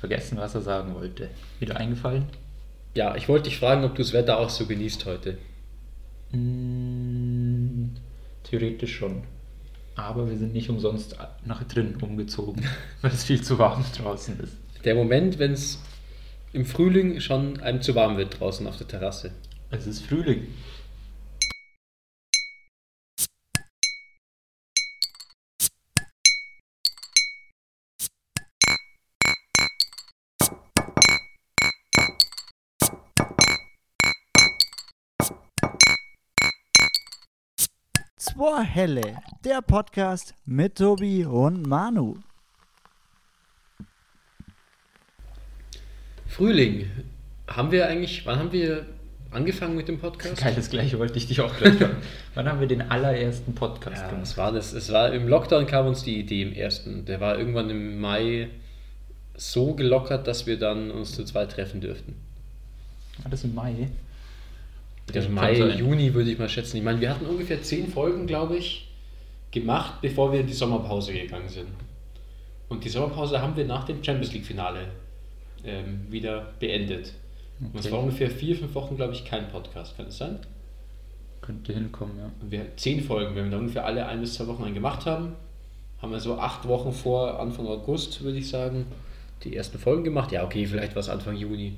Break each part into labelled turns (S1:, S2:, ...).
S1: vergessen, was er sagen wollte. Wieder eingefallen?
S2: Ja, ich wollte dich fragen, ob du das Wetter auch so genießt heute.
S1: Mm, theoretisch schon. Aber wir sind nicht umsonst nach drinnen umgezogen, weil es viel zu warm draußen ist.
S2: Der Moment, wenn es im Frühling schon einem zu warm wird draußen auf der Terrasse.
S1: Es ist Frühling.
S3: Zwei Helle, der Podcast mit Tobi und Manu.
S2: Frühling. Haben wir eigentlich, wann haben wir angefangen mit dem Podcast?
S1: Geil, das gleiche wollte ich dich auch gleich fragen. Wann haben wir den allerersten Podcast
S2: Ja,
S1: gemacht?
S2: was war das? Es war im Lockdown kam uns die Idee im ersten. Der war irgendwann im Mai so gelockert, dass wir dann uns zu zweit treffen dürften.
S1: War das im Mai?
S2: Der
S1: Kann
S2: Mai,
S1: sein.
S2: Juni würde ich mal schätzen. Ich meine, wir hatten ungefähr zehn Folgen, glaube ich, gemacht, bevor wir in die Sommerpause gegangen sind. Und die Sommerpause haben wir nach dem Champions League-Finale ähm, wieder beendet. Und es
S1: Okay.
S2: war ungefähr vier, fünf Wochen, glaube ich, kein Podcast. Kann es sein?
S1: Könnte hinkommen, ja.
S2: Und wir zehn Folgen, wenn wir da ungefähr alle ein bis zwei Wochen einen gemacht haben, haben wir so acht Wochen vor Anfang August, würde ich sagen, die ersten Folgen gemacht. Ja, okay, vielleicht war es Anfang Juni,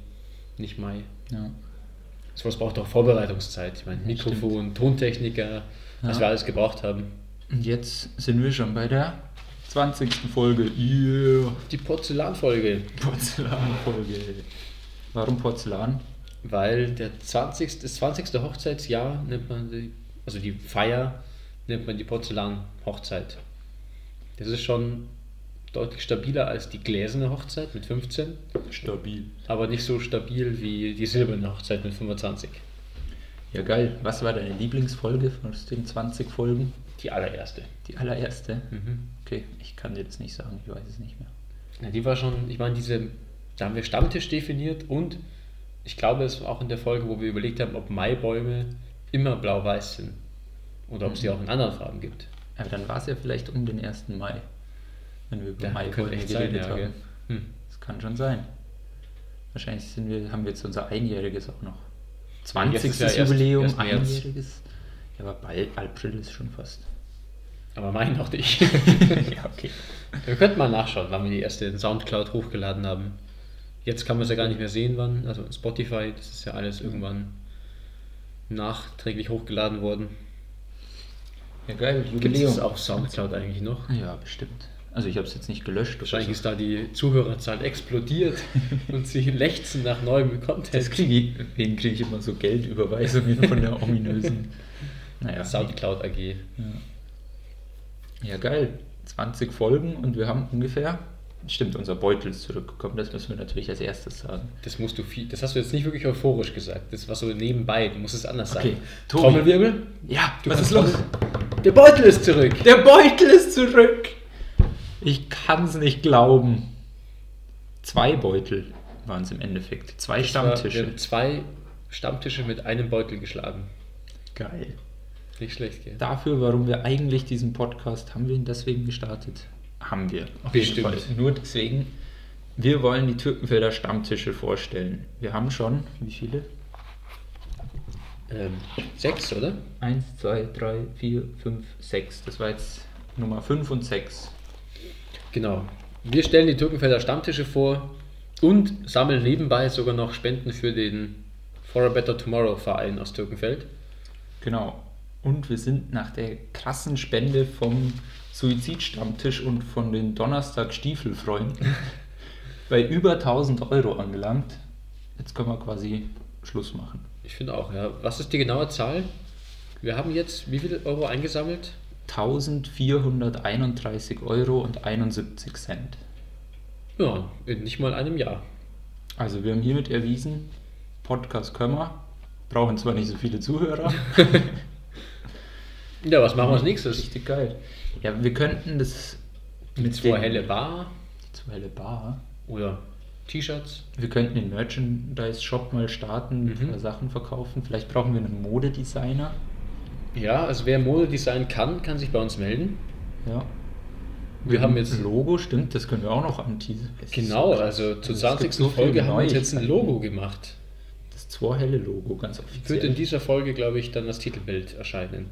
S2: nicht Mai.
S1: ja.
S2: Sowas braucht auch Vorbereitungszeit. Ich meine,
S1: Ja,
S2: Mikrofon, Tontechniker, was
S1: Ja.
S2: wir alles gebraucht haben.
S1: Und jetzt sind wir schon bei der 20. Folge. Yeah.
S2: Die Porzellanfolge,
S1: Porzellanfolge. Warum Porzellan?
S2: weil der 20. das 20. Hochzeitsjahr nennt man die, also die Feier nennt man die Porzellan-Hochzeit. Das ist schon deutlich stabiler als die gläserne Hochzeit mit 15.
S1: Stabil.
S2: aber nicht so stabil wie die silberne Hochzeit mit 25.
S1: Ja, geil. Was war deine Lieblingsfolge von den 20 Folgen?
S2: Die allererste.
S1: Die allererste?
S2: Hm.
S1: Okay, ich kann dir das nicht sagen, ich weiß es nicht mehr.
S2: Ja, die war schon, ich meine, diese, da haben wir Stammtisch definiert und ich glaube, es war auch in der Folge, wo wir überlegt haben, ob Maibäume immer blau-weiß sind oder ob
S1: Mhm.
S2: es die auch in anderen Farben gibt.
S1: Aber dann war es ja vielleicht um den 1. Mai, wenn wir über
S2: Ja,
S1: Mai
S2: könnte
S1: Folgen
S2: echt sein,
S1: geredet
S2: ja, gell.
S1: haben.
S2: Hm.
S1: Das kann schon sein. Wahrscheinlich sind wir, haben wir jetzt unser einjähriges auch noch.
S2: Jetzt
S1: 20.
S2: ist ja erst-
S1: Jubiläum,
S2: erst März.
S1: einjähriges. Ja, aber bald, April ist schon fast.
S2: Aber mein noch nicht.
S1: ja, okay.
S2: wir könnten mal nachschauen, wann wir die erste in Soundcloud hochgeladen haben. Jetzt kann man es ja gar nicht mehr sehen, wann. Also Spotify, das ist ja alles
S1: Mhm.
S2: irgendwann nachträglich hochgeladen worden.
S1: Ja, geil,
S2: Gibt es
S1: Jubiläum.
S2: das auf Soundcloud eigentlich noch?
S1: Ja, bestimmt. Also ich habe es jetzt nicht gelöscht. oder
S2: Wahrscheinlich
S1: so.
S2: ist da die Zuhörerzahl explodiert und sie lechzen nach neuem
S1: Das
S2: Content.
S1: kriege ich, wegen kriege ich immer so Geldüberweisungen von der ominösen. Naja.
S2: Soundcloud AG.
S1: Ja, geil. 20 Folgen und wir haben ungefähr. Stimmt, unser Beutel ist zurückgekommen. Das müssen wir natürlich als erstes sagen.
S2: Das musst du viel, das hast du jetzt nicht wirklich euphorisch gesagt. Das war so nebenbei, du musst es anders sagen.
S1: Okay, Tobi.
S2: Trommelwirbel?
S1: Ja,
S2: Du
S1: was ist
S2: kannst
S1: los?
S2: Der Beutel ist zurück!
S1: Der Beutel ist zurück! Ich kann es nicht glauben. Zwei Beutel waren es im Endeffekt. Zwei
S2: Wir
S1: Stammtische.
S2: haben zwei Stammtische mit einem Beutel geschlagen.
S1: Geil.
S2: Nicht schlecht, gell?
S1: Dafür, warum wir eigentlich diesen Podcast, haben wir ihn deswegen gestartet? Haben wir. Auf
S2: Bestimmt.
S1: Nur deswegen. Wir wollen die Türkenfelder Stammtische vorstellen. Wir haben schon, wie viele?
S2: Ähm, sechs, oder?
S1: 1, 2, 3, 4, 5, 6. Das war jetzt Nummer 5 und 6.
S2: Genau. Wir stellen die Türkenfelder Stammtische vor und sammeln nebenbei sogar noch Spenden für den For a Better Tomorrow Verein aus Türkenfeld.
S1: Genau. Und wir sind nach der krassen Spende vom Suizidstammtisch und von den Donnerstag-Stiefelfreunden bei über 1000 Euro angelangt. Jetzt können wir quasi Schluss machen.
S2: Ich finde auch, ja. Was ist die genaue Zahl? Wir haben jetzt wie viel Euro eingesammelt?
S1: 1431 Euro und 71 Cent.
S2: Ja, in nicht mal einem Jahr.
S1: Also wir haben hiermit erwiesen, Podcast können wir, brauchen zwar nicht so viele Zuhörer,
S2: Ja, was machen wir als nächstes?
S1: richtig geil. Ja, wir könnten das mit
S2: Vor
S1: den-
S2: helle Bar
S1: die zwei helle Bar.
S2: oder T-Shirts?
S1: Wir könnten den Merchandise-Shop mal starten, mit
S2: Mhm.
S1: ein paar Sachen verkaufen. Vielleicht brauchen wir einen Modedesigner.
S2: Ja, also wer Modedesign kann, kann sich bei uns melden.
S1: Ja.
S2: Wir haben jetzt
S1: Ein Logo, stimmt, das können wir auch noch anteasern. Es ist
S2: Genau,
S1: so krass.
S2: also zur
S1: es
S2: 20.
S1: gibt so viele
S2: Folge haben wir uns jetzt ein
S1: Neuigkeiten.
S2: Logo gemacht.
S1: Das zwei-helle Logo, ganz offiziell.
S2: Wird in dieser Folge, glaube ich, dann das Titelbild erscheinen.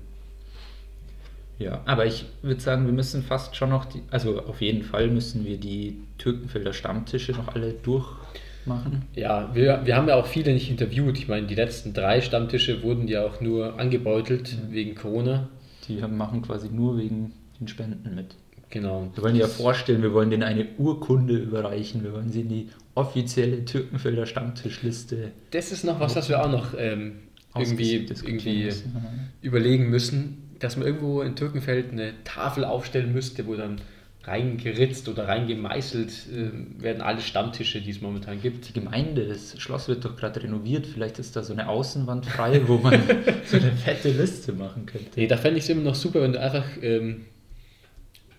S1: Ja, aber ich würde sagen, wir müssen fast schon noch, die, also auf jeden Fall müssen wir die Türkenfelder Stammtische noch alle durchmachen.
S2: Ja, wir, wir haben ja auch viele nicht interviewt. Ich meine, die letzten drei Stammtische wurden ja auch nur angebeutelt wegen Corona.
S1: Die haben- machen quasi nur wegen den Spenden mit.
S2: Genau.
S1: Wir wollen die ja vorstellen, wir wollen denen eine Urkunde überreichen, wir wollen sie in die offizielle Türkenfelder Stammtischliste
S2: Das ist noch was, was wir auch noch ähm, irgendwie,
S1: ausgesucht diskutieren
S2: irgendwie
S1: müssen.
S2: überlegen müssen, dass man irgendwo in Türkenfeld eine Tafel aufstellen müsste, wo dann reingeritzt oder reingemeißelt ähm, werden alle Stammtische, die es momentan gibt.
S1: Die Gemeinde, das Schloss wird doch gerade renoviert, vielleicht ist da so eine Außenwand frei, wo man so eine fette Liste machen könnte.
S2: Nee, da fände ich es immer noch super, wenn du einfach ähm,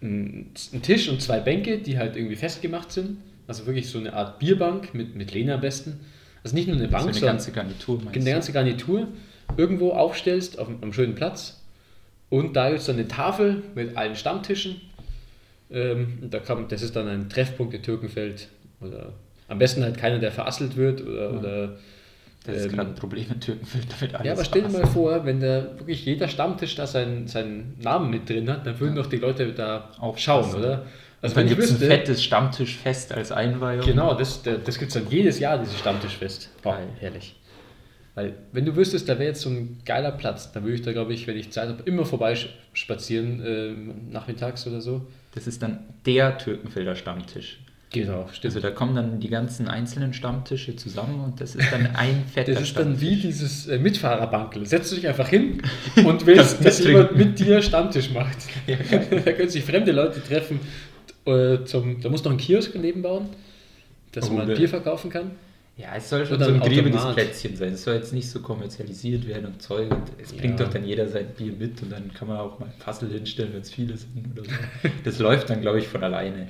S2: einen einen Tisch und zwei Bänke, die halt irgendwie festgemacht sind, also wirklich so eine Art Bierbank mit, mit Lena am besten, also nicht nur eine
S1: so
S2: Bank,
S1: eine
S2: sondern
S1: ganze Garnitur meinst
S2: eine
S1: du?
S2: ganze Garnitur irgendwo aufstellst, auf, am schönen Platz und da gibt es dann eine Tafel mit allen Stammtischen ähm, und da kann, das ist dann ein Treffpunkt in Türkenfeld oder am besten halt keiner, der verasselt wird oder, oder
S1: Das ist
S2: Ähm,
S1: gerade ein Problem in Türkenfeld, damit alles
S2: ja, aber stell dir
S1: passt.
S2: mal vor, wenn da wirklich jeder Stammtisch da seinen, seinen Namen mit drin hat, dann würden doch die Leute da
S1: Aufpassen.
S2: aufschauen, oder? Also
S1: Also dann
S2: wenn ich
S1: gibt es ein
S2: wüsste,
S1: fettes Stammtischfest als Einweihung.
S2: genau, das, da- das gibt es dann jedes Jahr, dieses Stammtischfest. Boah,
S1: Geil.
S2: herrlich. Weil, wenn du wüsstest, da wäre jetzt so ein geiler Platz, dann würde ich da, glaube ich, wenn ich Zeit habe, immer vorbeispazieren, ähm, nachmittags oder so.
S1: Das ist dann der Türkenfelder Stammtisch.
S2: Genau, stimmt.
S1: Also da kommen dann die ganzen einzelnen Stammtische zusammen und das ist dann ein fetter
S2: Das ist dann
S1: Stammtisch.
S2: wie dieses äh, Mitfahrerbankel. Setzt du dich einfach hin und
S1: Das
S2: willst, dass
S1: Bier
S2: jemand
S1: trinken.
S2: mit dir Stammtisch macht. da können sich fremde Leute treffen. Äh, zum, da muss noch ein Kiosk daneben bauen, dass
S1: Oh,
S2: man
S1: ne.
S2: Bier verkaufen kann.
S1: Ja, es soll schon
S2: Oder
S1: so ein
S2: ein
S1: griebiges
S2: Automat.
S1: Plätzchen sein. Es soll jetzt nicht so kommerzialisiert werden und Zeug. Und es
S2: Ja.
S1: bringt doch dann jeder sein Bier mit und dann kann man auch mal ein Puzzle hinstellen, wenn es viele sind oder so. Das läuft dann, glaube ich, von alleine.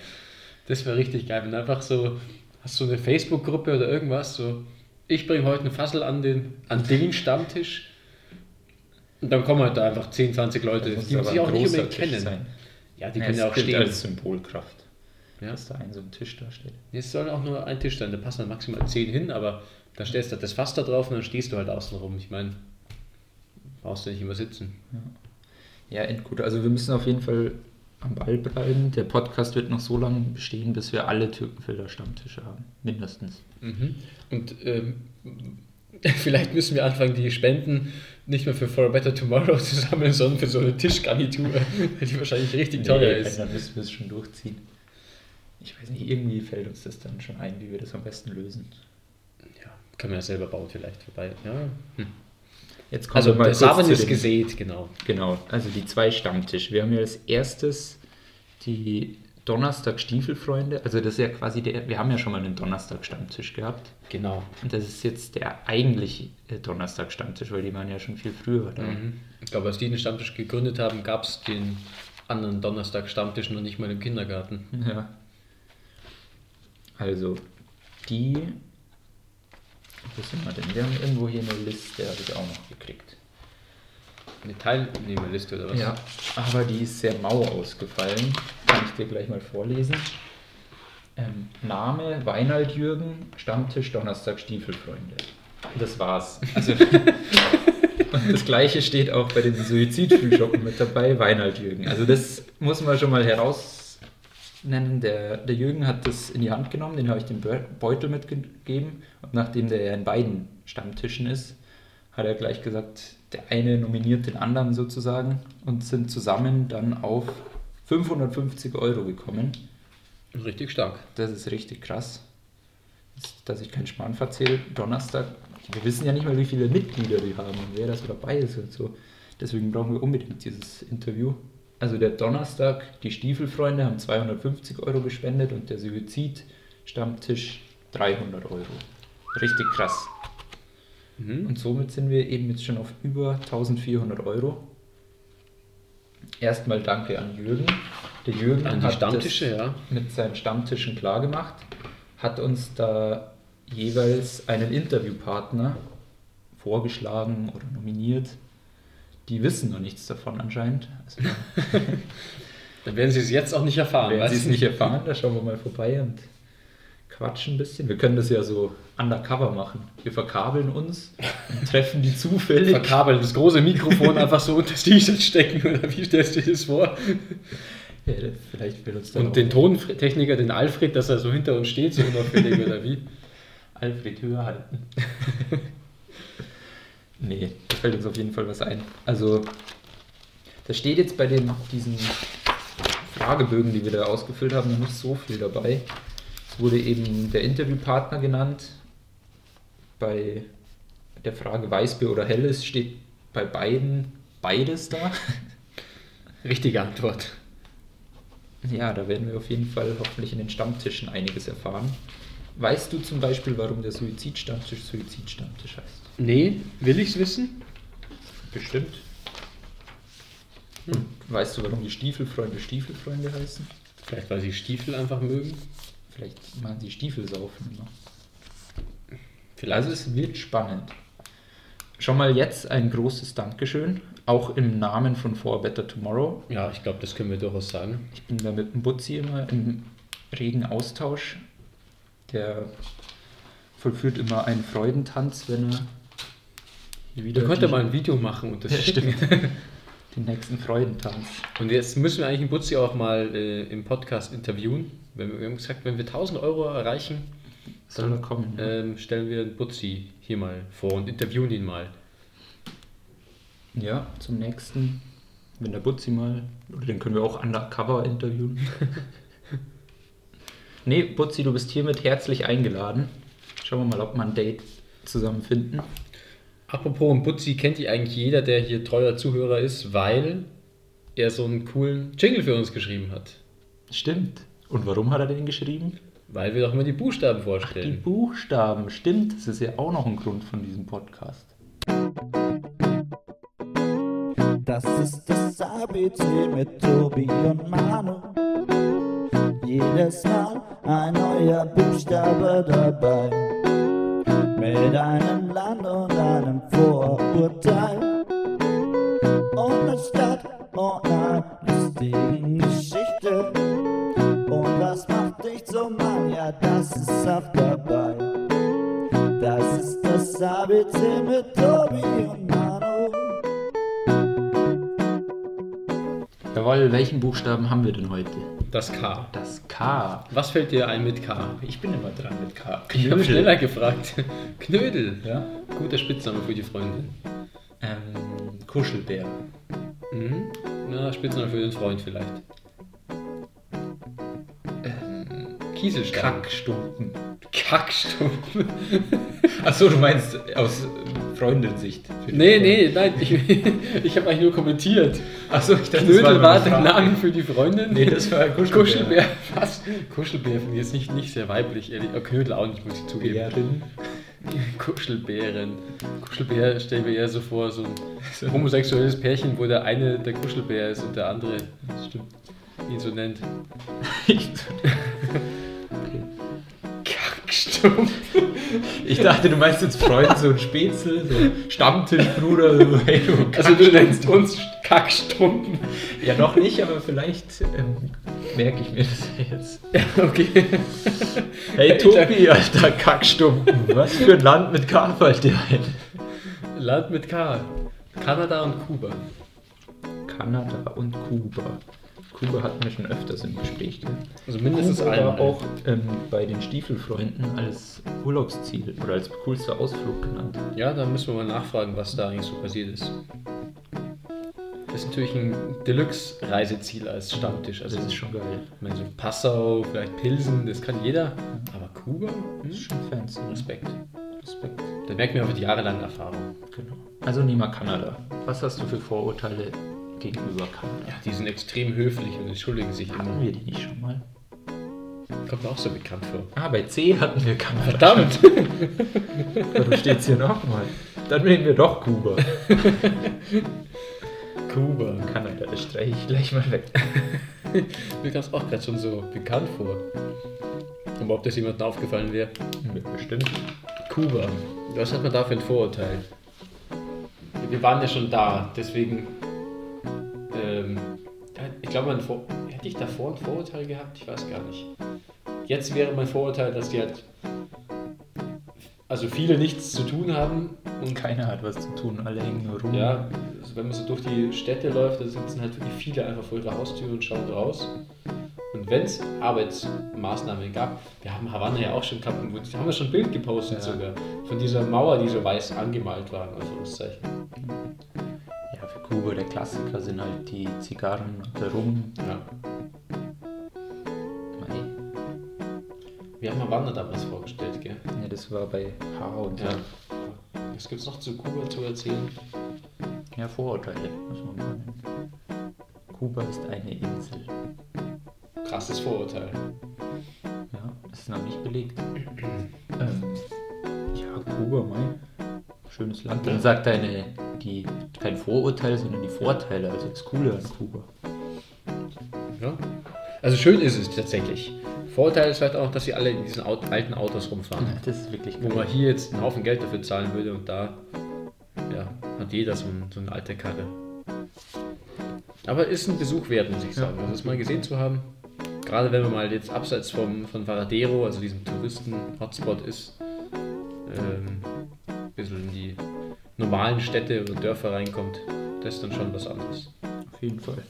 S2: Das wäre richtig geil, wenn du einfach so, hast du eine Facebook-Gruppe oder irgendwas, so, ich bringe heute eine Fassel an den, an den Stammtisch. Und dann kommen halt da einfach 10, 20 Leute,
S1: Das muss
S2: die
S1: aber
S2: sich
S1: ein
S2: auch nicht
S1: großer
S2: unbedingt
S1: Tisch
S2: kennen.
S1: sein.
S2: Ja, die
S1: Ja,
S2: können
S1: es
S2: ja auch
S1: gilt
S2: stehen.
S1: als Symbolkraft,
S2: Ja.
S1: dass da ein so ein Tisch da steht.
S2: Es soll auch nur ein Tisch sein, da passen dann maximal 10 hin, aber da stellst du halt das Fass da drauf und dann stehst du halt außen rum. Ich meine, brauchst du nicht immer sitzen.
S1: Ja, endgut. Also wir müssen auf jeden Fall am Ball bleiben. Der Podcast wird noch so lange bestehen, bis wir alle Türkenfelder Stammtische haben. Mindestens.
S2: Mhm. Und ähm, vielleicht müssen wir anfangen, die Spenden nicht mehr für For a Better Tomorrow zu sammeln, sondern für so eine Tischgarnitur, die wahrscheinlich richtig teuer
S1: Nee, also-
S2: ist.
S1: Dann müssen wir es schon durchziehen. Ich weiß nicht, irgendwie fällt uns das dann schon ein, wie wir das am besten lösen.
S2: Ja, kann man ja selber bauen vielleicht vorbei. Ja. Hm.
S1: Jetzt kommen
S2: Also
S1: wir mal
S2: der
S1: kurz
S2: Samen
S1: zu
S2: ist
S1: den-
S2: gesät, genau.
S1: Genau, also die zwei Stammtische. Wir haben ja als erstes die Donnerstag Stiefelfreunde. Also das ist ja quasi der, wir haben ja schon mal einen Donnerstag Stammtisch gehabt.
S2: Genau.
S1: Und das ist jetzt der eigentliche Donnerstag Stammtisch, weil die waren ja schon viel früher da.
S2: Mhm. Ich glaube, als die den Stammtisch gegründet haben, gab es den anderen Donnerstag-Stammtisch noch nicht mal im Kindergarten.
S1: Ja. Also, die. Wo sind wir denn? Wir haben irgendwo hier eine Liste, habe ich auch noch gekriegt.
S2: Eine Teilnehmerliste oder was?
S1: Ja, aber die ist sehr mau ausgefallen. Kann ich dir gleich mal vorlesen. Ähm, Name Weinald Jürgen, Stammtisch Donnerstag Stiefelfreunde. Das war's. Also, und das gleiche steht auch bei den Suizidfrühschoppen mit dabei, Weinald Jürgen. Also das muss man schon mal herausnennen. Der, der Jürgen hat das in die Hand genommen, den habe ich den Beu- Beutel mitgegeben. Und nachdem der ja in beiden Stammtischen ist, hat er gleich gesagt, der eine nominiert den anderen sozusagen und sind zusammen dann auf 550 Euro gekommen.
S2: Richtig stark.
S1: Das ist richtig krass, dass ich keinen Schmarrn verzähle. Donnerstag, wir wissen ja nicht mal, wie viele Mitglieder die haben und wer das dabei ist und so. Deswegen brauchen wir unbedingt dieses Interview. Also der Donnerstag, die Stiefelfreunde haben 250 Euro gespendet und der Suizid-Stammtisch 300 Euro. Richtig krass.
S2: Mhm.
S1: Und somit sind wir eben jetzt schon auf über 1400 Euro. Erstmal danke an Jürgen. Der Jürgen
S2: An die
S1: hat
S2: Stammtische,
S1: das
S2: ja.
S1: mit seinen Stammtischen klargemacht, hat uns da jeweils einen Interviewpartner vorgeschlagen oder nominiert. Die wissen noch nichts davon anscheinend. Also,
S2: Dann werden sie es jetzt auch nicht erfahren.
S1: Wenn
S2: weißt
S1: Sie es
S2: du?
S1: nicht erfahren, dann schauen wir mal vorbei und quatschen ein bisschen. Wir können das ja so undercover machen. Wir verkabeln uns und treffen die zufällig.
S2: Verkabeln, das große Mikrofon einfach so unter das T-Shirt stecken oder wie stellst du dir das vor?
S1: Ja, vielleicht wird uns dann auch
S2: Und den Tontechniker, den Alfred, dass er so hinter uns steht, so unauffällig oder wie?
S1: Alfred höher halten. nee, da fällt uns auf jeden Fall was ein. Also, da steht jetzt bei den, diesen Fragebögen, die wir da ausgefüllt haben, noch nicht so viel dabei. Es wurde eben der Interviewpartner genannt. Bei der Frage Weißbier oder Helles steht bei beiden beides da.
S2: Richtige Antwort.
S1: Ja, da werden wir auf jeden Fall hoffentlich in den Stammtischen einiges erfahren. Weißt du zum Beispiel, warum der Suizidstammtisch Suizidstammtisch heißt?
S2: Nee, will ich's wissen?
S1: Bestimmt. Und weißt du, warum die Stiefelfreunde Stiefelfreunde heißen?
S2: Vielleicht, weil sie Stiefel einfach mögen?
S1: Vielleicht machen sie Stiefel saufen. immer.
S2: Vielleicht.
S1: Also es wird spannend. Schon mal jetzt ein großes Dankeschön, auch im Namen von For a Better Tomorrow.
S2: Ja, ich glaube, das können wir durchaus sagen.
S1: Ich bin da mit dem Butzi immer im regen Austausch. Der vollführt immer einen Freudentanz, wenn er hier
S2: Da
S1: wieder
S2: könnte
S1: die-
S2: mal ein Video machen und das
S1: Ja,
S2: schicken.
S1: stimmt. den nächsten Freudentanz.
S2: Und jetzt müssen wir eigentlich den Butzi auch mal äh, im Podcast interviewen. Wenn wir, wir haben gesagt, wenn wir 1000 Euro erreichen,
S1: Soll er kommen? ne?
S2: ähm, stellen wir den Butzi hier mal vor und interviewen ihn mal.
S1: Ja, zum nächsten. Wenn der Butzi mal. Oder den können wir auch undercover interviewen. nee, Butzi, du bist hiermit herzlich eingeladen. Schauen wir mal, ob wir ein Date zusammenfinden.
S2: Apropos und Butzi kennt ihr eigentlich jeder, der hier treuer Zuhörer ist, weil er so einen coolen Jingle für uns geschrieben hat.
S1: Stimmt. Und warum hat er den geschrieben?
S2: Weil wir doch immer die Buchstaben
S1: Die
S2: vorstellen.
S1: Buchstaben. Stimmt, das ist ja auch noch ein Grund von diesem Podcast.
S3: Das ist das ABC mit Tobi und Manu. Jedes Mal ein neuer Buchstabe dabei. Mit einem Land und einem Vorurteil. Ohne Stadt und einer lustigen Geschichte. Und was macht dich zum Mann? Ja, das ist Saft dabei. Das ist das ABC mit Tobi und Manu.
S1: Jawohl, welchen Buchstaben haben wir denn heute?
S2: Das K.
S1: Das K.
S2: Was fällt dir ein mit K?
S1: Ich bin immer dran mit K.
S2: Ich habe schneller
S1: Knödel.
S2: gefragt. Knödel.
S1: Ja?
S2: Guter Spitzname für die Freundin.
S1: Ähm, Kuschelbär.
S2: Mhm. Na, Spitzname für den Freund vielleicht. Ähm, Kieselstein.
S1: Kackstumpen.
S2: Kackstumpf.
S1: Achso, du meinst aus Freundin-Sicht.
S2: Nee, nee, nein, ich, ich habe eigentlich nur kommentiert.
S1: Achso, ich dachte, das
S2: Knödel
S1: nur
S2: war
S1: eine
S2: der
S1: Frage.
S2: Name für die Freundin?
S1: Nee, das war Kuschelbär.
S2: Kuschelbär, fast. Kuschelbär finde ich jetzt nicht, nicht sehr weiblich, ehrlich. Aber Knödel auch nicht, muss ich zugeben.
S1: Bärin.
S2: Kuschelbären. Kuschelbär stellen wir eher so vor, so
S1: So.
S2: ein homosexuelles Pärchen, wo der eine der Kuschelbär ist und der andere
S1: Stimmt.
S2: ihn so nennt.
S1: Ich,
S2: Kackstumpf.
S1: ich dachte, du meinst jetzt Freund, so ein Spätzle, so Stammtischbruder, so hey du. Kack-
S2: Also du nennst uns Kackstumpen.
S1: Ja, noch nicht, aber vielleicht ähm, merke ich mir das jetzt.
S2: Okay.
S1: Hey Tobi, alter Kackstumpen, was für ein Land mit K fällt dir ein?
S2: Land mit K. Kanada und Kuba.
S1: Kanada und Kuba. Kuba hatten wir schon öfters im Gespräch, gell?
S2: Also
S1: Das
S2: mindestens
S1: ist aber
S2: einmal.
S1: auch ähm, bei den Stiefelfreunden als Urlaubsziel oder als coolster Ausflug genannt.
S2: Ja, da müssen wir mal nachfragen, was da eigentlich so passiert ist. Das ist natürlich ein Deluxe-Reiseziel als Stammtisch. Also
S1: Das ist schon geil.
S2: Ich meine, so Passau, vielleicht Pilsen, das kann jeder. Aber Kuba?
S1: Das ist
S2: Hm?
S1: schon fancy.
S2: Respekt.
S1: Respekt.
S2: Da merkt man einfach die jahrelange Erfahrung.
S1: Genau. Also nehmen wir Kanada. Was hast du für Vorurteile gegenüber Kanada?
S2: Ja, die sind extrem höflich und entschuldigen sich
S1: Hatten
S2: immer.
S1: wir die nicht schon mal?
S2: Kommt mir auch so bekannt vor.
S1: Ah, bei C hatten wir Kanada.
S2: Verdammt!
S1: Warum steht es hier nochmal? Dann nehmen wir doch Kuba.
S2: Kuba.
S1: Kanada, das streiche ich gleich mal weg.
S2: Mir kam es auch gerade schon so bekannt vor. Aber ob das jemandem aufgefallen wäre?
S1: Bestimmt.
S2: Kuba. Was hat man da für ein Vorurteil? Wir waren ja schon da, deswegen. Ähm, ich glaube, man. Vor ja, hatte ich davor ein Vorurteil gehabt? Ich weiß gar nicht. Jetzt wäre mein Vorurteil, dass die halt. Also viele nichts zu tun haben und
S1: Keiner hat was zu tun, alle hängen nur rum.
S2: ja, also wenn man so durch die Städte läuft, da sitzen halt wirklich viele einfach vor ihrer Haustür und schauen raus. Und wenn es Arbeitsmaßnahmen gab, wir haben Havanna ja auch schon gehabt, und wo- da haben wir schon ein Bild gepostet
S1: Ja.
S2: sogar, von dieser Mauer, die so weiß angemalt war, in Anführungszeichen.
S1: Ja, für Kuba der Klassiker sind halt die Zigarren und der Rum.
S2: Ja.
S1: Mei.
S2: Wir haben Havanna damals vorgestellt, gell?
S1: Ja, das war bei H und
S2: Ja. Was gibt's noch zu Kuba zu erzählen?
S1: Ja, Vorurteile, muss man sagen. Kuba ist eine Insel.
S2: Krasses Vorurteil.
S1: Ja, das ist noch nicht belegt. ähm, ja, Kuba, mein. Schönes Land. Dann sagt eine, die, kein Vorurteil, sondern die Vorteile, also das Coole an Kuba.
S2: Ja. Also schön ist es tatsächlich. Vorteil ist vielleicht auch, dass sie alle in diesen Au- alten Autos rumfahren.
S1: Das ist wirklich
S2: Wo
S1: cool.
S2: man hier jetzt einen Haufen Geld dafür zahlen würde und da ja, hat jeder so, ein, so eine alte Karre. Aber ist ein Besuch wert, muss ich sagen. Also das mal gesehen zu haben. Gerade wenn man mal jetzt abseits vom, von Varadero, also diesem Touristen-Hotspot ist, ähm, ein bisschen in die normalen Städte oder Dörfer reinkommt, das ist dann schon was anderes.
S1: Auf jeden Fall.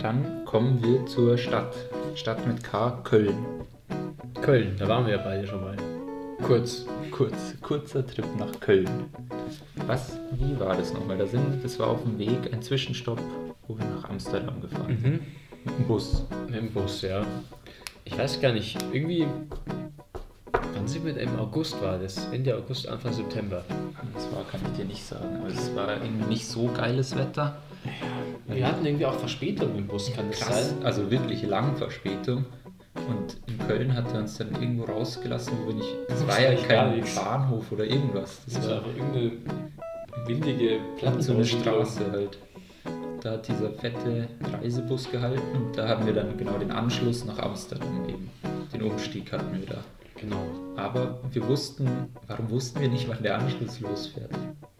S1: Dann kommen wir zur Stadt. Stadt mit K, Köln.
S2: Köln, da waren wir ja beide schon mal. Kurz.
S1: Kurz, kurzer Trip nach Köln. Was, wie war das nochmal? Da sind, das war auf dem Weg ein Zwischenstopp, wo wir nach Amsterdam gefahren sind. Mhm. Mit dem Bus.
S2: Mit dem Bus, ja. Ich weiß gar nicht, irgendwie. Wann sind wir denn? Im August war das. Ende August, Anfang September.
S1: Das war, kann ich dir nicht sagen, aber es war irgendwie nicht so geiles Wetter.
S2: Wir hatten irgendwie auch Verspätung im Bus, kann das
S1: Krass,
S2: sein?
S1: also wirklich lange Verspätung. Und in Köln hat er uns dann irgendwo rausgelassen, wo wir nicht. Das war ja
S2: eigentlich gar
S1: kein
S2: nichts.
S1: Bahnhof oder irgendwas. Das,
S2: Das war
S1: war
S2: einfach irgendeine windige
S1: so eine
S2: Plattenstraße.
S1: Straße halt. Da hat dieser fette Reisebus gehalten und da hatten wir dann genau den Anschluss nach Amsterdam eben. Den Umstieg hatten wir da.
S2: Genau.
S1: Aber wir wussten, warum wussten wir nicht, wann der Anschluss losfährt?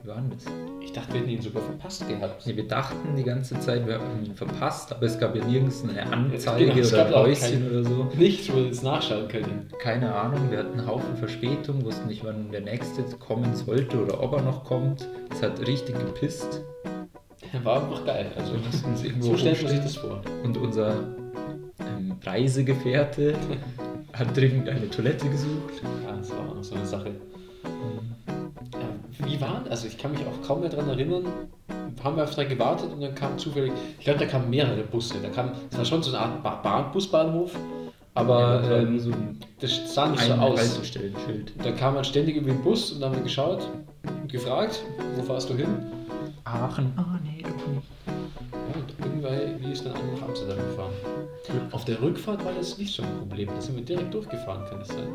S1: Wie war denn das?
S2: Ich dachte, wir hätten ihn sogar verpasst gehabt.
S1: Nee, wir dachten die ganze Zeit, wir haben ihn verpasst, aber es gab ja nirgends eine
S2: Ja,
S1: Anzeige
S2: genau, es
S1: oder
S2: gab
S1: ein
S2: auch
S1: Häuschen
S2: kein-
S1: oder so.
S2: Nichts, wo wir jetzt nachschauen können.
S1: Keine Ahnung, wir hatten einen Haufen Verspätung, wussten nicht, wann der nächste kommen sollte oder ob er noch kommt. Es hat richtig gepisst
S2: War einfach geil. Also,
S1: Wir mussten uns irgendwo
S2: so stellt man sich
S1: umstellen.
S2: das vor.
S1: und unser ähm, Reisegefährte hat dringend eine Toilette gesucht.
S2: Ja, das war auch noch so eine Sache. Ja, Wie waren, also ich kann mich auch kaum mehr daran erinnern, haben wir auf drei gewartet und dann kam zufällig, ich glaube, da kamen mehrere Busse. Da kam, es war schon so eine Art ba Bahn, Busbahnhof, aber
S1: Ja,
S2: ähm,
S1: so ein
S2: das sah nicht so
S1: ein
S2: aus.
S1: Haltestellenschild.
S2: Da kam man ständig über den Bus und dann haben wir geschaut und gefragt, wo fahrst du hin?
S1: Aachen. Ah, nee, doch nicht.
S2: Ja, und irgendwann wie ist dann einer nach Amsterdam gefahren. Auf der Rückfahrt war das nicht so ein Problem, da sind wir direkt durchgefahren, kann das sein.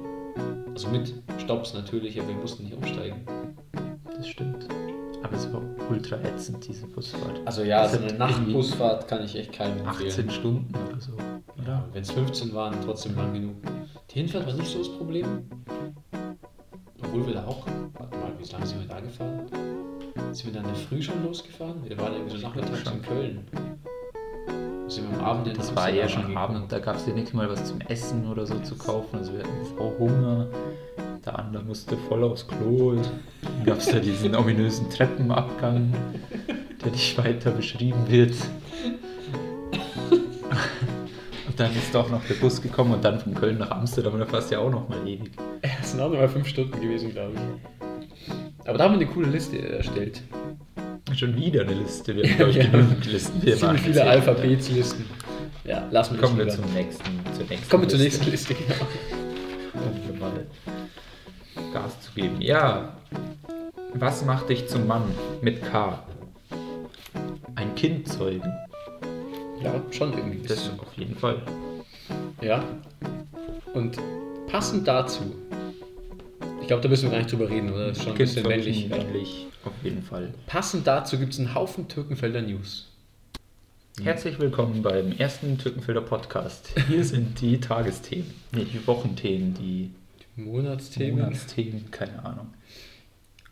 S2: Also mit Stopps natürlich, aber wir mussten nicht umsteigen.
S1: Das stimmt. Aber es war ultra ätzend, diese Busfahrt.
S2: Also ja,
S1: Das
S2: so
S1: hat
S2: eine
S1: irgendwie
S2: Nachtbusfahrt kann ich echt keinem empfehlen.
S1: 18 Stunden oder so, oder?
S2: Wenn es 15 waren, trotzdem lang genug. Die Hinfahrt war nicht so das Problem. Obwohl wir da auch, warte mal, wie lange sind wir da gefahren? Sind wir dann in der Früh schon losgefahren? Wir waren irgendwie so nachmittags
S1: schon.
S2: in Köln. Sind wir am Abend in
S1: Das war ja schon
S2: angekommen.
S1: Abend, da gab es ja nicht mal was zum Essen oder so zu kaufen. Also wir hatten auch Hunger. Der andere musste voll aufs Klo. Dann gab es da diesen ominösen Treppenabgang, der nicht weiter beschrieben wird. Und dann ist doch noch der Bus gekommen und dann von Köln nach Amsterdam. Da fast ja auch noch mal ewig.
S2: Das sind auch nochmal 5 Stunden gewesen, glaube ich. Aber da haben wir eine coole Liste erstellt.
S1: Schon wieder eine Liste. Wir haben, glaube ich,
S2: Ja.
S1: genügend Listen. die wir
S2: Ziemlich
S1: machen.
S2: viele Alphabetslisten. Ja, lassen wir
S1: Kommen wir
S2: das lieber.
S1: zum nächsten, zur nächsten
S2: Kommen wir zur
S1: Liste.
S2: nächsten Liste, genau.
S1: Umgewandelt. Gas zu geben. Ja. Was macht dich zum Mann mit K? Ein Kind zeugen.
S2: Ja, schon irgendwie. ein
S1: Das
S2: bisschen.
S1: auf jeden Fall.
S2: Ja. Und passend dazu, ich glaube, da müssen wir gar nicht drüber reden, oder? Das ist schon ein bisschen
S1: zeugen,
S2: männlich. Ja.
S1: männlich. Auf jeden Fall.
S2: Passend dazu gibt es einen Haufen Türkenfelder News.
S1: Herzlich willkommen beim ersten Türkenfelder Podcast. Hier sind die Tagesthemen. Nee, die Wochenthemen, die
S2: Monatsthemen.
S1: Monatsthemen, keine Ahnung.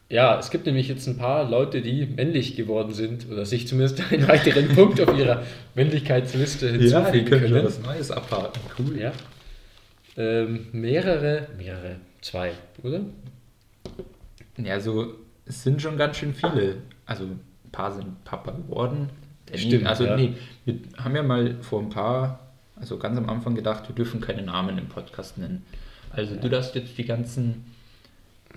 S2: Ja, es gibt nämlich jetzt ein paar Leute, die männlich geworden sind oder sich zumindest einen weiteren Punkt auf ihrer Männlichkeitsliste
S1: Ja,
S2: hinzufügen
S1: wir können schon
S2: können.
S1: was Neues abhaken. Cool.
S2: Ja. Ähm, mehrere, mehrere, zwei, oder?
S1: Ja, so, es sind schon ganz schön viele. Also, ein paar sind Papa geworden. Danny,
S2: Stimmt,
S1: also,
S2: ja.
S1: nee, wir haben ja mal vor ein paar, also ganz am Anfang gedacht, wir dürfen keine Namen im Podcast nennen. Also, du darfst jetzt die ganzen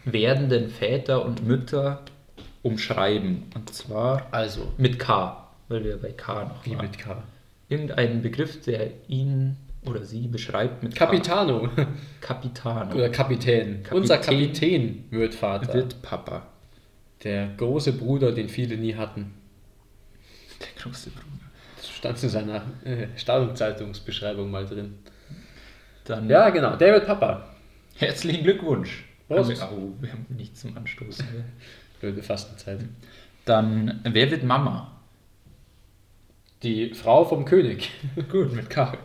S1: werdenden Väter und Mütter umschreiben. Und zwar
S2: Also,
S1: mit K, weil wir bei K noch
S2: wie
S1: waren.
S2: mit K.
S1: Irgendeinen Begriff, der ihn oder sie beschreibt mit
S2: Capitano
S1: K. Kapitano.
S2: oder Kapitän.
S1: Kapitän.
S2: Unser Kapitän wird Vater.
S1: wird Papa.
S2: Der große Bruder, den viele nie hatten.
S1: Der große Bruder.
S2: Das stand in seiner äh, Stadtzeitungsbeschreibung mal drin.
S1: Dann
S2: Ja, genau. Der wird Papa.
S1: Herzlichen Glückwunsch.
S2: Prost.
S1: Haben Wir, oh, wir haben nichts zum Anstoßen. gell?
S2: Blöde Fastenzeit.
S1: Dann, wer wird Mama?
S2: Die Frau vom König.
S1: Gut, mit K.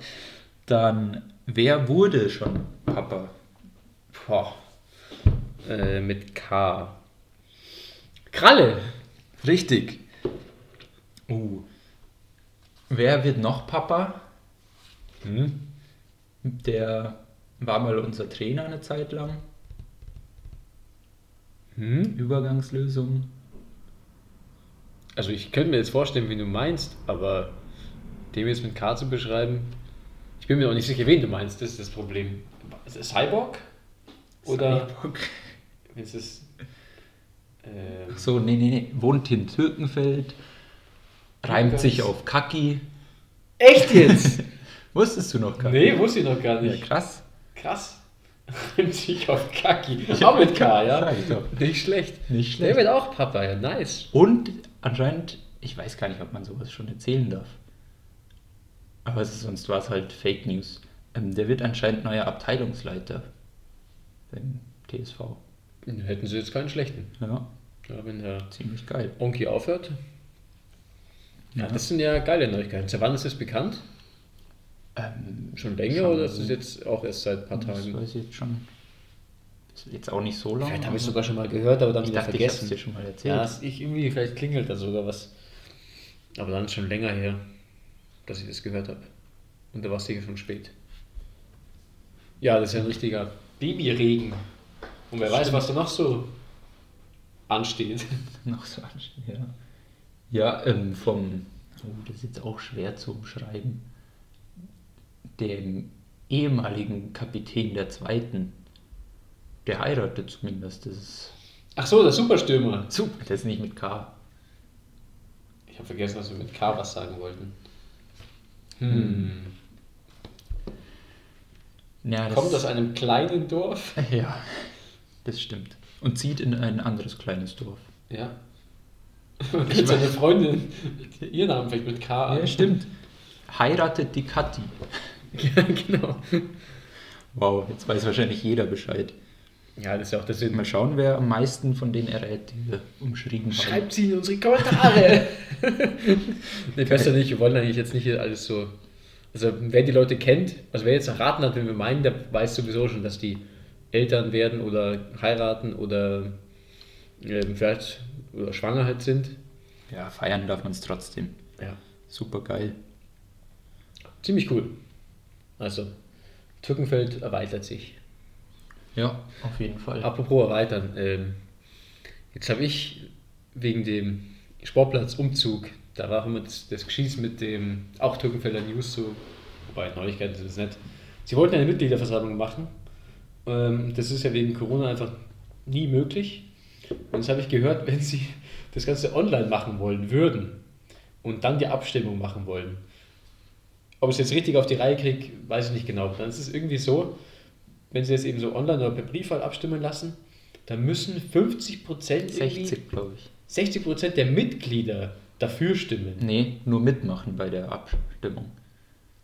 S1: Dann, wer wurde schon Papa?
S2: Boah. Äh, mit K. Kralle.
S1: Richtig. Uh. Wer wird noch Papa?
S2: Hm?
S1: Der war mal unser Trainer eine Zeit lang.
S2: Hm?
S1: Übergangslösung.
S2: Also ich könnte mir jetzt vorstellen, wen du meinst, aber dem jetzt mit K zu beschreiben, ich bin mir auch nicht sicher, wen du meinst, das ist das Problem. Ist es Cyborg? Oder
S1: Cyborg.
S2: ist es... ähm,
S1: Ach So, nee, nee, nee. Wohnt in Türkenfeld. Reimt sich
S2: Übergangs-
S1: auf Kaki.
S2: Echt jetzt?
S1: Wusstest du noch Kaki?
S2: nee, wusste ich noch gar
S1: Ja,
S2: nicht.
S1: krass.
S2: Krass. Nimmt sich auf Kaki. Auch mit K, ja.
S1: Sag ich doch.
S2: Nicht schlecht.
S1: Nicht
S2: Der
S1: schlecht.
S2: wird auch Papa, ja, nice.
S1: Und anscheinend, ich weiß gar nicht, ob man sowas schon erzählen darf. Aber es ist, sonst war es halt Fake News. Ähm, der wird anscheinend neuer Abteilungsleiter beim TSV.
S2: Hätten sie jetzt keinen schlechten.
S1: Ja,
S2: Ja, wenn der
S1: ziemlich geil.
S2: Onki aufhört. Ja.
S1: Ja.
S2: Das sind ja geile Neuigkeiten. Seit wann ist das bekannt?
S1: Ähm,
S2: Schon länger
S1: Schon.
S2: oder ist es jetzt auch erst seit ein paar
S1: das
S2: Tagen?
S1: weiß ich jetzt schon. Ist jetzt auch nicht so lang.
S2: Vielleicht habe ich
S1: aber
S2: sogar schon mal gehört, aber dann
S1: ich
S2: wieder
S1: dachte, ich habe es dir
S2: vergessen.
S1: schon mal erzählt.
S2: Ja, das- ich irgendwie, vielleicht klingelt da sogar was. Aber dann ist schon länger her, dass ich das gehört habe. Und da war es sicher schon spät. Ja, das ist ja ein richtiger Babyregen. Und wer weiß, was da noch so ansteht.
S1: Noch so anstehen, ja. Ja, ähm, vom, oh, das ist jetzt auch schwer zu umschreiben, dem ehemaligen Kapitän der Zweiten, der heiratet zumindest, das ist
S2: Ach so, der Superstürmer.
S1: super, das ist nicht mit K.
S2: Ich habe vergessen, dass wir mit K was sagen wollten. Hm.
S1: Ja,
S2: Kommt aus einem kleinen Dorf?
S1: Ja, das stimmt. Und zieht in ein anderes kleines Dorf.
S2: Ja. Mit seiner Freundin, ihr Namen fängt mit K an.
S1: stimmt. Heiratet die Kathi.
S2: Ja, genau.
S1: Wow, jetzt weiß wahrscheinlich jeder Bescheid.
S2: Ja, das ist ja auch der Sinn.
S1: Mal schauen, wer am meisten von denen errät, die wir umschrieben haben.
S2: Schreibt sie in unsere Kommentare. nee, besser nicht. Wir wollen eigentlich jetzt nicht hier alles so. Also, wer die Leute kennt, also wer jetzt erraten hat, wenn wir meinen, der weiß sowieso schon, dass die Eltern werden oder heiraten oder ähm, vielleicht oder schwanger halt sind.
S1: Ja, feiern darf man es trotzdem.
S2: Ja.
S1: Super geil.
S2: Ziemlich cool. Also, Türkenfeld erweitert sich.
S1: Ja, auf jeden Fall.
S2: Apropos erweitern. Ähm, jetzt habe ich wegen dem Sportplatzumzug, da war auch immer das, das Geschieß mit dem, auch Türkenfelder News so, wobei Neuigkeiten sind es nicht. Sie wollten eine Mitgliederversammlung machen. Ähm, das ist ja wegen Corona einfach nie möglich. Und jetzt habe ich gehört, wenn sie das Ganze online machen wollen würden und dann die Abstimmung machen wollen, ob ich es jetzt richtig auf die Reihe kriege, weiß ich nicht genau. Dann ist es irgendwie so, wenn sie jetzt eben so online oder per Briefwahl abstimmen lassen, dann müssen 50 Prozent
S1: 60, glaube ich.
S2: 60 Prozent der Mitglieder dafür stimmen.
S1: Nee, nur mitmachen bei der Abstimmung.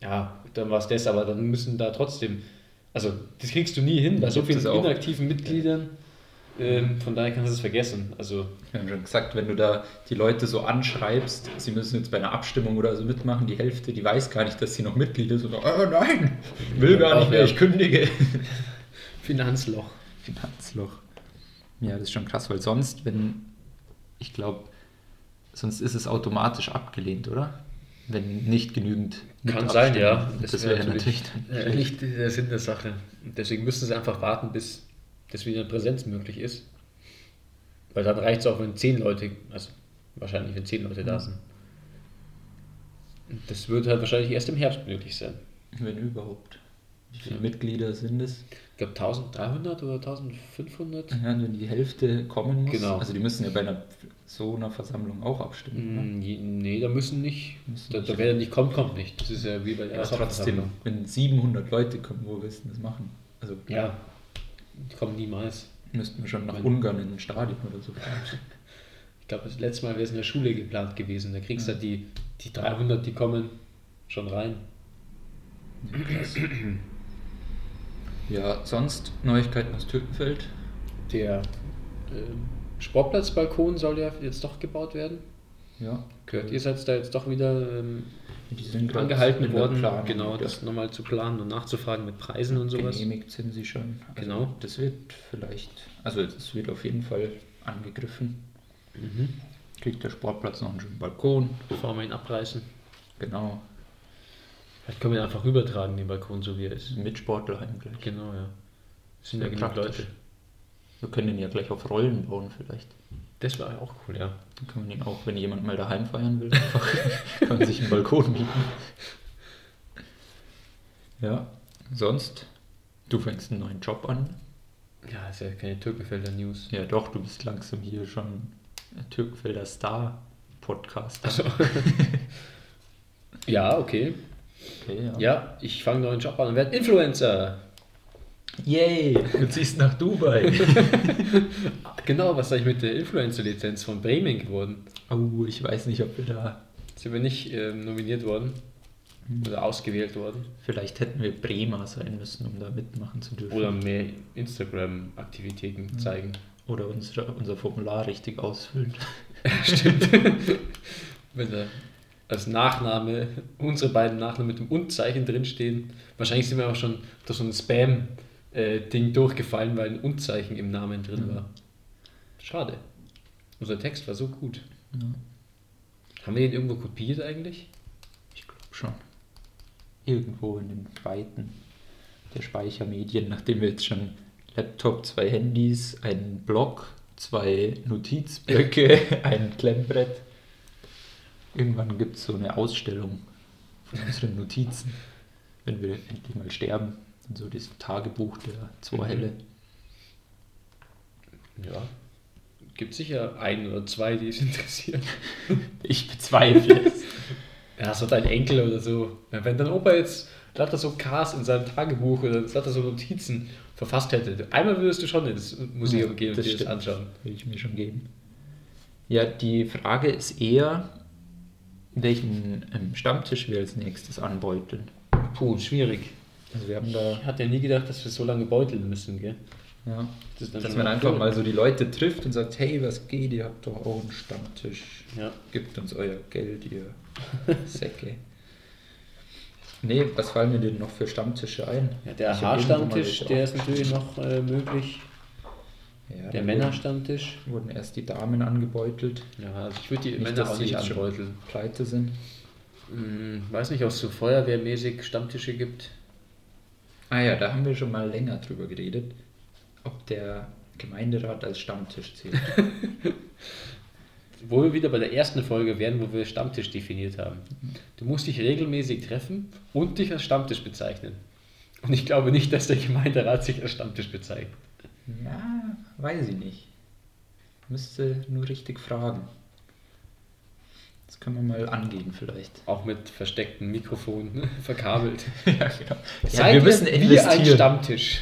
S2: Ja, dann war es das, aber dann müssen da trotzdem, also das kriegst du nie hin bei
S1: Ich
S2: so
S1: hab
S2: vielen
S1: das auch.
S2: inaktiven Mitgliedern. Ähm, von daher kannst du es vergessen. Also
S1: Wir haben schon gesagt, wenn du da die Leute so anschreibst, sie müssen jetzt bei einer Abstimmung oder so mitmachen, die Hälfte, die weiß gar nicht, dass sie noch Mitglied ist. Und, so, oh nein, ich will gar nicht mehr, ich kündige.
S2: Finanzloch.
S1: Finanzloch. Ja, das ist schon krass, weil sonst, wenn, ich glaube, sonst ist es automatisch abgelehnt, oder? Wenn nicht genügend. mit
S2: Kann sein,
S1: abstimmen.
S2: ja.
S1: Das, wäre ja natürlich
S2: äh,
S1: dann
S2: nicht der Sinn der Sache. Deswegen müssen sie einfach warten, bis das wieder in Präsenz möglich ist. Weil dann reicht es auch, wenn zehn Leute, also wahrscheinlich, wenn zehn Leute da sind. Und Das wird halt wahrscheinlich erst im Herbst möglich sein.
S1: Wenn überhaupt. Wie viele Mitglieder sind es?
S2: Ich glaube 1300 oder 1500?
S1: Ja, nur die Hälfte kommen muss.
S2: Genau.
S1: Also die müssen ja bei einer, so einer Versammlung auch abstimmen. ne?
S2: Hm, je- Nee, da müssen nicht.
S1: Müssen
S2: da,
S1: nicht.
S2: da, wer da nicht kommt, kommt nicht. Das ist ja wie bei der
S1: Aber trotzdem,
S2: Hausversammlung.
S1: wenn 700 Leute kommen, wo willst du denn das machen? Also
S2: Ja, die kommen niemals.
S1: müssten wir schon nach
S2: Wenn-
S1: Ungarn in ein Stadion oder so.
S2: Ich glaube, das letzte Mal wäre es in der Schule geplant gewesen. Da kriegst du halt die, die 300, die kommen schon rein.
S1: ja, sonst Neuigkeiten aus Türkenfeld.
S2: Der ähm, Sportplatzbalkon soll ja jetzt doch gebaut werden.
S1: Ja,
S2: Gehört ihr seid da jetzt doch wieder ähm,
S1: Die sind grad in
S2: angehalten
S1: der
S2: worden,
S1: Planung,
S2: genau,
S1: ja.
S2: das nochmal zu planen und nachzufragen mit Preisen und sowas.
S1: Genehmigt sind sie schon. Also
S2: Genau.
S1: Das wird vielleicht, also es wird auf jeden Fall angegriffen. Kriegt der Sportplatz noch einen schönen Balkon.
S2: Mhm. Bevor wir ihn abreißen.
S1: Genau.
S2: Vielleicht können wir ihn einfach rübertragen, den Balkon, so wie er ist.
S1: Mit Sportlerheim gleich.
S2: Genau, ja. Das sind ja,
S1: Ja,
S2: genug
S1: praktisch.
S2: Leute.
S1: Wir können den ja gleich auf Rollen bauen vielleicht.
S2: Das war ja auch cool, ja.
S1: Dann kann man den auch, wenn jemand mal daheim feiern will, einfach kann man sich einen Balkon mieten. Ja, sonst, du fängst einen neuen Job an.
S2: Ja, ist ja keine Türkenfelder News.
S1: Ja doch, du bist langsam hier schon Türkenfelder Star Podcaster.
S2: Ja, okay.
S1: Okay, ja.
S2: Ja, ich fange einen neuen Job an und werde Influencer.
S1: Yay, du ziehst nach Dubai.
S2: Genau, was sag ich mit der Influencer-Lizenz von Bremen geworden?
S1: oh, ich weiß nicht, ob wir da.
S2: Sind wir nicht ähm, nominiert worden oder ausgewählt worden?
S1: Vielleicht hätten wir Bremer sein müssen, um da mitmachen zu dürfen.
S2: Oder mehr Instagram-Aktivitäten zeigen.
S1: Oder unsere, unser Formular richtig ausfüllen.
S2: Stimmt. Wenn da als Nachname unsere beiden Nachnamen mit dem Und-Zeichen drinstehen. Wahrscheinlich sind wir auch schon durch so ein Spam-Ding durchgefallen, weil ein Und-Zeichen im Namen drin war. Schade. Unser Text war so gut. Haben wir den irgendwo kopiert eigentlich?
S1: Ich glaube schon. Irgendwo in dem Weiten der Speichermedien, nachdem wir jetzt schon Laptop, zwei Handys, einen Blog, zwei Notizblöcke, ein Klemmbrett. Irgendwann gibt es so eine Ausstellung von unseren Notizen, wenn wir endlich mal sterben. Und so das Tagebuch der zwei Helle.
S2: Ja. Gibt sicher ein oder zwei, die es interessieren.
S1: Ich bezweifle es.
S2: Ja, so dein Enkel oder so. Ja, Wenn dein Opa jetzt lauter so Cars in seinem Tagebuch oder lauter so Notizen verfasst hätte, einmal würdest du schon ins Museum
S1: Ja,
S2: gehen und
S1: das
S2: dir das
S1: stimmt.
S2: anschauen.
S1: Will ich mir schon geben. Ja, die Frage ist eher, welchen ähm, Stammtisch wir als nächstes anbeuteln.
S2: Puh, schwierig.
S1: Also wir haben da,
S2: Ich hatte ja nie gedacht, dass wir so lange beuteln müssen, gell?
S1: ja,
S2: Das ist dann
S1: dass
S2: schon
S1: man
S2: mal
S1: einfach
S2: cool.
S1: mal so die Leute trifft und sagt, hey, was geht, ihr habt doch auch einen Stammtisch.
S2: Ja.
S1: Gebt uns euer Geld, ihr Säcke. Nee, was fallen mir denn noch für Stammtische ein?
S2: Ja, der
S1: Ich hab irgendwo mal
S2: Haarstammtisch,
S1: welche
S2: der ist natürlich noch äh, möglich.
S1: Ja, da
S2: Der
S1: wurden-
S2: Männerstammtisch.
S1: Wurden erst die Damen angebeutelt,
S2: Ja, also ich würde die
S1: Nicht,
S2: Männer
S1: dass
S2: auch
S1: die
S2: nicht
S1: jetzt schon-
S2: anbeuteln.
S1: pleite sind.
S2: Hm, weiß nicht, ob es so feuerwehrmäßig Stammtische gibt.
S1: Ah ja, da haben wir schon mal länger drüber geredet, ob der Gemeinderat als Stammtisch zählt.
S2: Wo wir wieder bei der ersten Folge wären, wo wir Stammtisch definiert haben. Du musst dich regelmäßig treffen und dich als Stammtisch bezeichnen. Und ich glaube nicht, dass der Gemeinderat sich als Stammtisch bezeichnet.
S1: ja, weiß ich nicht. Müsste nur richtig fragen. Das können wir mal angehen vielleicht.
S2: Auch mit versteckten Mikrofon ne, verkabelt.
S1: ja, genau.
S2: Seid
S1: wir
S2: ihr
S1: müssen
S2: wie ein
S1: investieren.
S2: Stammtisch.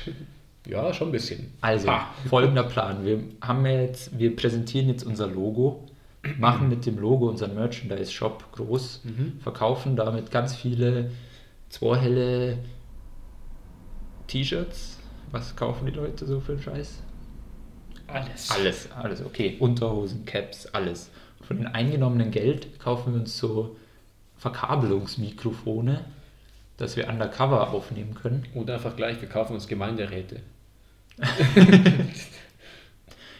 S2: Ja, schon ein bisschen.
S1: Also,
S2: Ha.
S1: folgender Plan. Wir, haben ja jetzt, wir präsentieren jetzt unser Logo, machen mit dem Logo unseren Merchandise-Shop groß, verkaufen damit ganz viele zwei helle T-Shirts. Was kaufen die Leute so für einen Scheiß?
S2: Alles.
S1: Alles, alles, okay. Unterhosen, Caps, alles. Von dem eingenommenen Geld kaufen wir uns so Verkabelungsmikrofone, dass wir undercover aufnehmen können.
S2: Oder einfach gleich, wir kaufen uns Gemeinderäte.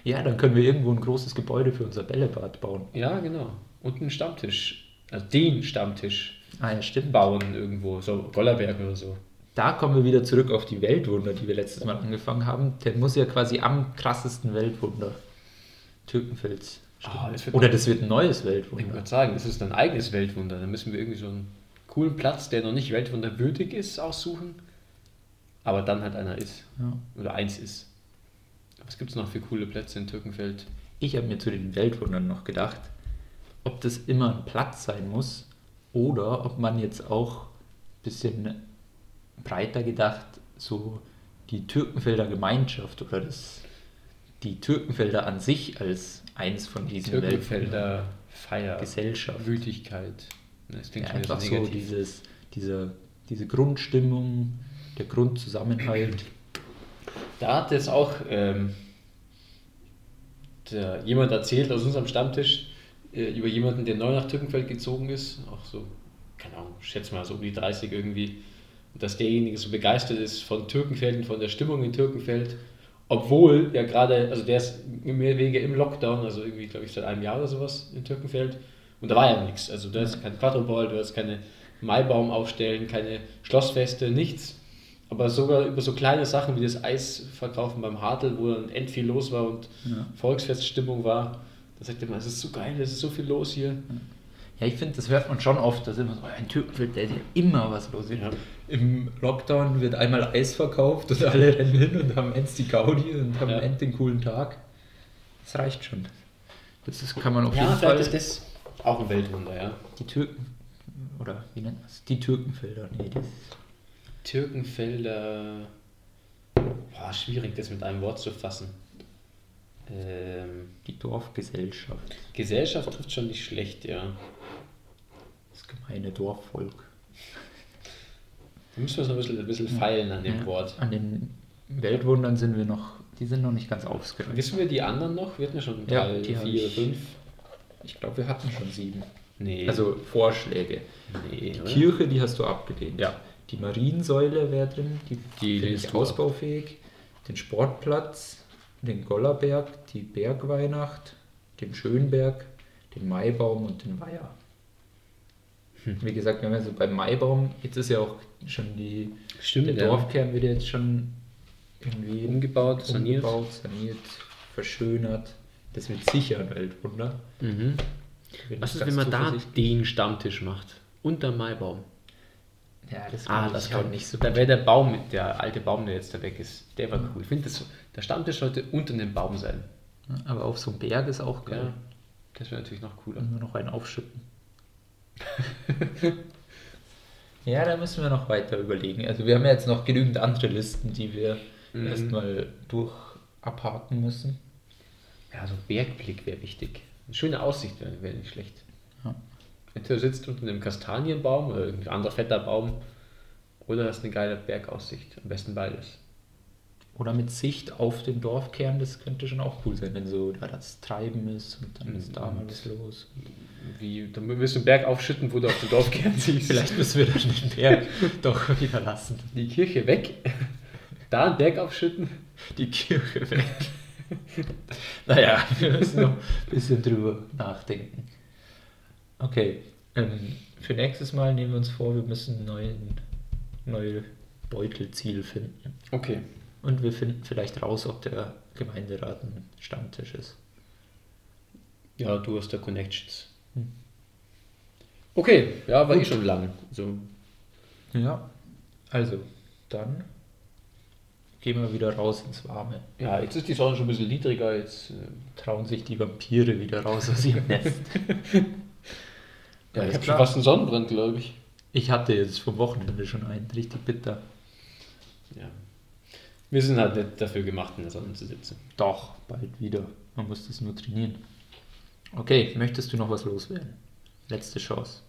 S1: Ja, dann können wir irgendwo ein großes Gebäude für unser Bällebad bauen.
S2: Ja, genau. Und einen Stammtisch. Also den Stammtisch
S1: Ah ja, stimmt.
S2: bauen irgendwo. So Gollerberg oder so.
S1: Da kommen wir wieder zurück auf die Weltwunder, die wir letztes Mal angefangen haben. Der muss ja quasi am krassesten Weltwunder. Türkenfels.
S2: Ah, das wird-
S1: Oder das wird ein neues
S2: Ich
S1: Weltwunder.
S2: würde sagen, das ist ein eigenes Weltwunder. Dann müssen wir irgendwie so einen coolen Platz, der noch nicht weltwunderwürdig ist, aussuchen. Aber dann halt einer ist.
S1: Ja.
S2: Oder eins ist. Was gibt es noch für coole Plätze in Türkenfeld?
S1: Ich habe mir zu den Weltwundern noch gedacht, ob das immer ein Platz sein muss oder ob man jetzt auch ein bisschen breiter gedacht so die Türkenfelder Gemeinschaft oder das, die Türkenfelder an sich als eins von diesen Weltwundern.
S2: Türkenfelder Feier.
S1: Gesellschaft.
S2: Wütigkeit. Ne, Das klingt
S1: Ja,
S2: schon wieder
S1: einfach
S2: so
S1: so
S2: negativ.
S1: dieses, diese, diese Grundstimmung, der Grundzusammenhalt.
S2: Da hat jetzt auch ähm, der, jemand erzählt aus unserem Stammtisch äh, über jemanden, der neu nach Türkenfeld gezogen ist. Auch so, keine Ahnung, ich schätze mal so um die 30 irgendwie. Und Dass derjenige so begeistert ist von Türkenfeld und von der Stimmung in Türkenfeld. Obwohl ja gerade, also der ist mehr oder weniger im Lockdown, also irgendwie, glaube ich, seit einem Jahr oder sowas in Türkenfeld. Und da war ja nichts. Also du hast keinen Quadroball, du hast keine Maibaum aufstellen, keine Schlossfeste, nichts. Aber sogar über so kleine Sachen wie das Eisverkaufen beim Hartl, wo dann end viel los war und
S1: Ja.
S2: Volksfeststimmung war, da sagt er immer, es ist so geil, es ist so viel los hier.
S1: Ja, ich finde, das hört man schon oft, dass immer so ein Türkenfeld, der ist ja immer was los.
S2: Ja.
S1: Im Lockdown wird einmal Eis verkauft und alle rennen hin und haben endlich die Gaudi und haben
S2: Ja.
S1: endlich den coolen Tag. Das reicht schon. Das ist, kann man auf
S2: Ja,
S1: jeden
S2: vielleicht
S1: Fall.
S2: ist das auch ein Weltwunder, ja.
S1: die Türken, oder wie nennt man es? Die Türkenfelder. Nee, das
S2: Türkenfelder. Boah, schwierig, das mit einem Wort zu fassen. Ähm,
S1: die Dorfgesellschaft.
S2: Gesellschaft trifft schon nicht schlecht, ja.
S1: Das gemeine Dorfvolk.
S2: Da müssen wir so ein bisschen, ein bisschen feilen an dem
S1: Ja,
S2: Wort.
S1: An den Weltwundern sind wir noch, die sind noch nicht ganz ausgereift.
S2: Wissen wir die anderen noch? Wir hatten ja schon
S1: Ja,
S2: drei,
S1: die hab
S2: vier,
S1: ich.
S2: fünf.
S1: Ich glaube, wir hatten schon sieben.
S2: Nee.
S1: Also Vorschläge.
S2: nee,
S1: Die
S2: oder?
S1: Kirche, die hast du abgelehnt.
S2: Ja.
S1: Die Mariensäule wäre drin, die,
S2: Die
S1: finde
S2: lehnst
S1: ich
S2: du ab.
S1: ausbaufähig. Den Sportplatz, den Gollerberg, die Bergweihnacht, den Schönberg, den Maibaum und den Weiher.
S2: Hm.
S1: Wie gesagt, wenn wir so beim Maibaum, jetzt ist ja auch schon die,
S2: Stimmt,
S1: der
S2: ja.
S1: Dorfkern wird ja jetzt schon irgendwie
S2: Umgebaut, saniert.
S1: umgebaut, saniert, verschönert. Das wird sicher ein Weltwunder.
S2: Mhm.
S1: Bin
S2: Was
S1: ich
S2: ist,
S1: ganz
S2: wenn man da
S1: zuversichtlich.
S2: den Stammtisch macht? Unterm Maibaum.
S1: Ja, das,
S2: Ah,
S1: glaub
S2: das
S1: ich
S2: kann
S1: auch nicht so
S2: Da wäre der Baum, der alte Baum, der jetzt da weg ist. Der war cool. Ich finde, das- der Stammtisch sollte unter dem Baum sein.
S1: Aber auf so einem Berg ist auch geil.
S2: Ja. Das wäre natürlich noch cooler.
S1: Können wir noch einen aufschütten. ja, da müssen wir noch weiter überlegen. Also wir haben ja jetzt noch genügend andere Listen, die wir
S2: Mhm.
S1: erstmal durch abhaken müssen.
S2: Ja, so Bergblick wäre wichtig. Eine schöne Aussicht wäre wär nicht schlecht.
S1: Ja.
S2: Entweder du sitzt unter einem Kastanienbaum oder irgendein anderer fetter Baum oder hast eine geile Bergaussicht. Am besten beides.
S1: Oder mit Sicht auf den Dorfkern, das könnte schon auch cool sein, wenn so da das Treiben ist und dann ist
S2: Mhm.
S1: da mal was los.
S2: Wie, dann wirst du einen Berg aufschütten, wo du auf den Dorfkern siehst.
S1: Vielleicht müssen wir dann den Berg doch wieder lassen.
S2: die Kirche weg, da einen Berg aufschütten.
S1: Die Kirche weg. naja, wir müssen noch ein bisschen drüber nachdenken. Okay, ähm, für nächstes Mal nehmen wir uns vor, wir müssen einen neuen, neue Beutelziel finden.
S2: Okay.
S1: Und wir finden vielleicht raus, ob der Gemeinderat ein Stammtisch ist.
S2: Ja, du hast da Connections. Okay, ja, war eh schon lang. So.
S1: Ja, also dann gehen wir wieder raus ins Warme.
S2: Ja, jetzt ist die Sonne schon ein bisschen niedriger. Jetzt, äh,
S1: Trauen sich die Vampire wieder raus aus ihrem Nest.
S2: ja,
S1: Alles
S2: ich habe schon
S1: klar.
S2: fast einen Sonnenbrand, glaube ich.
S1: Ich hatte jetzt vom Wochenende schon einen, richtig bitter.
S2: Ja. Wir sind halt nicht dafür gemacht, in der Sonne zu sitzen.
S1: Doch, bald wieder. Man muss das nur trainieren. Okay, möchtest du noch was loswerden? Letzte Chance.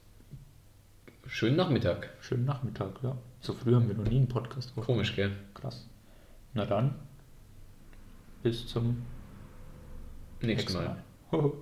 S2: Schönen Nachmittag.
S1: Schönen Nachmittag, ja. So früh haben wir noch nie einen Podcast gemacht.
S2: Komisch, gell?
S1: Krass. Na dann, bis zum
S2: Nächstes Mal.
S1: Mal.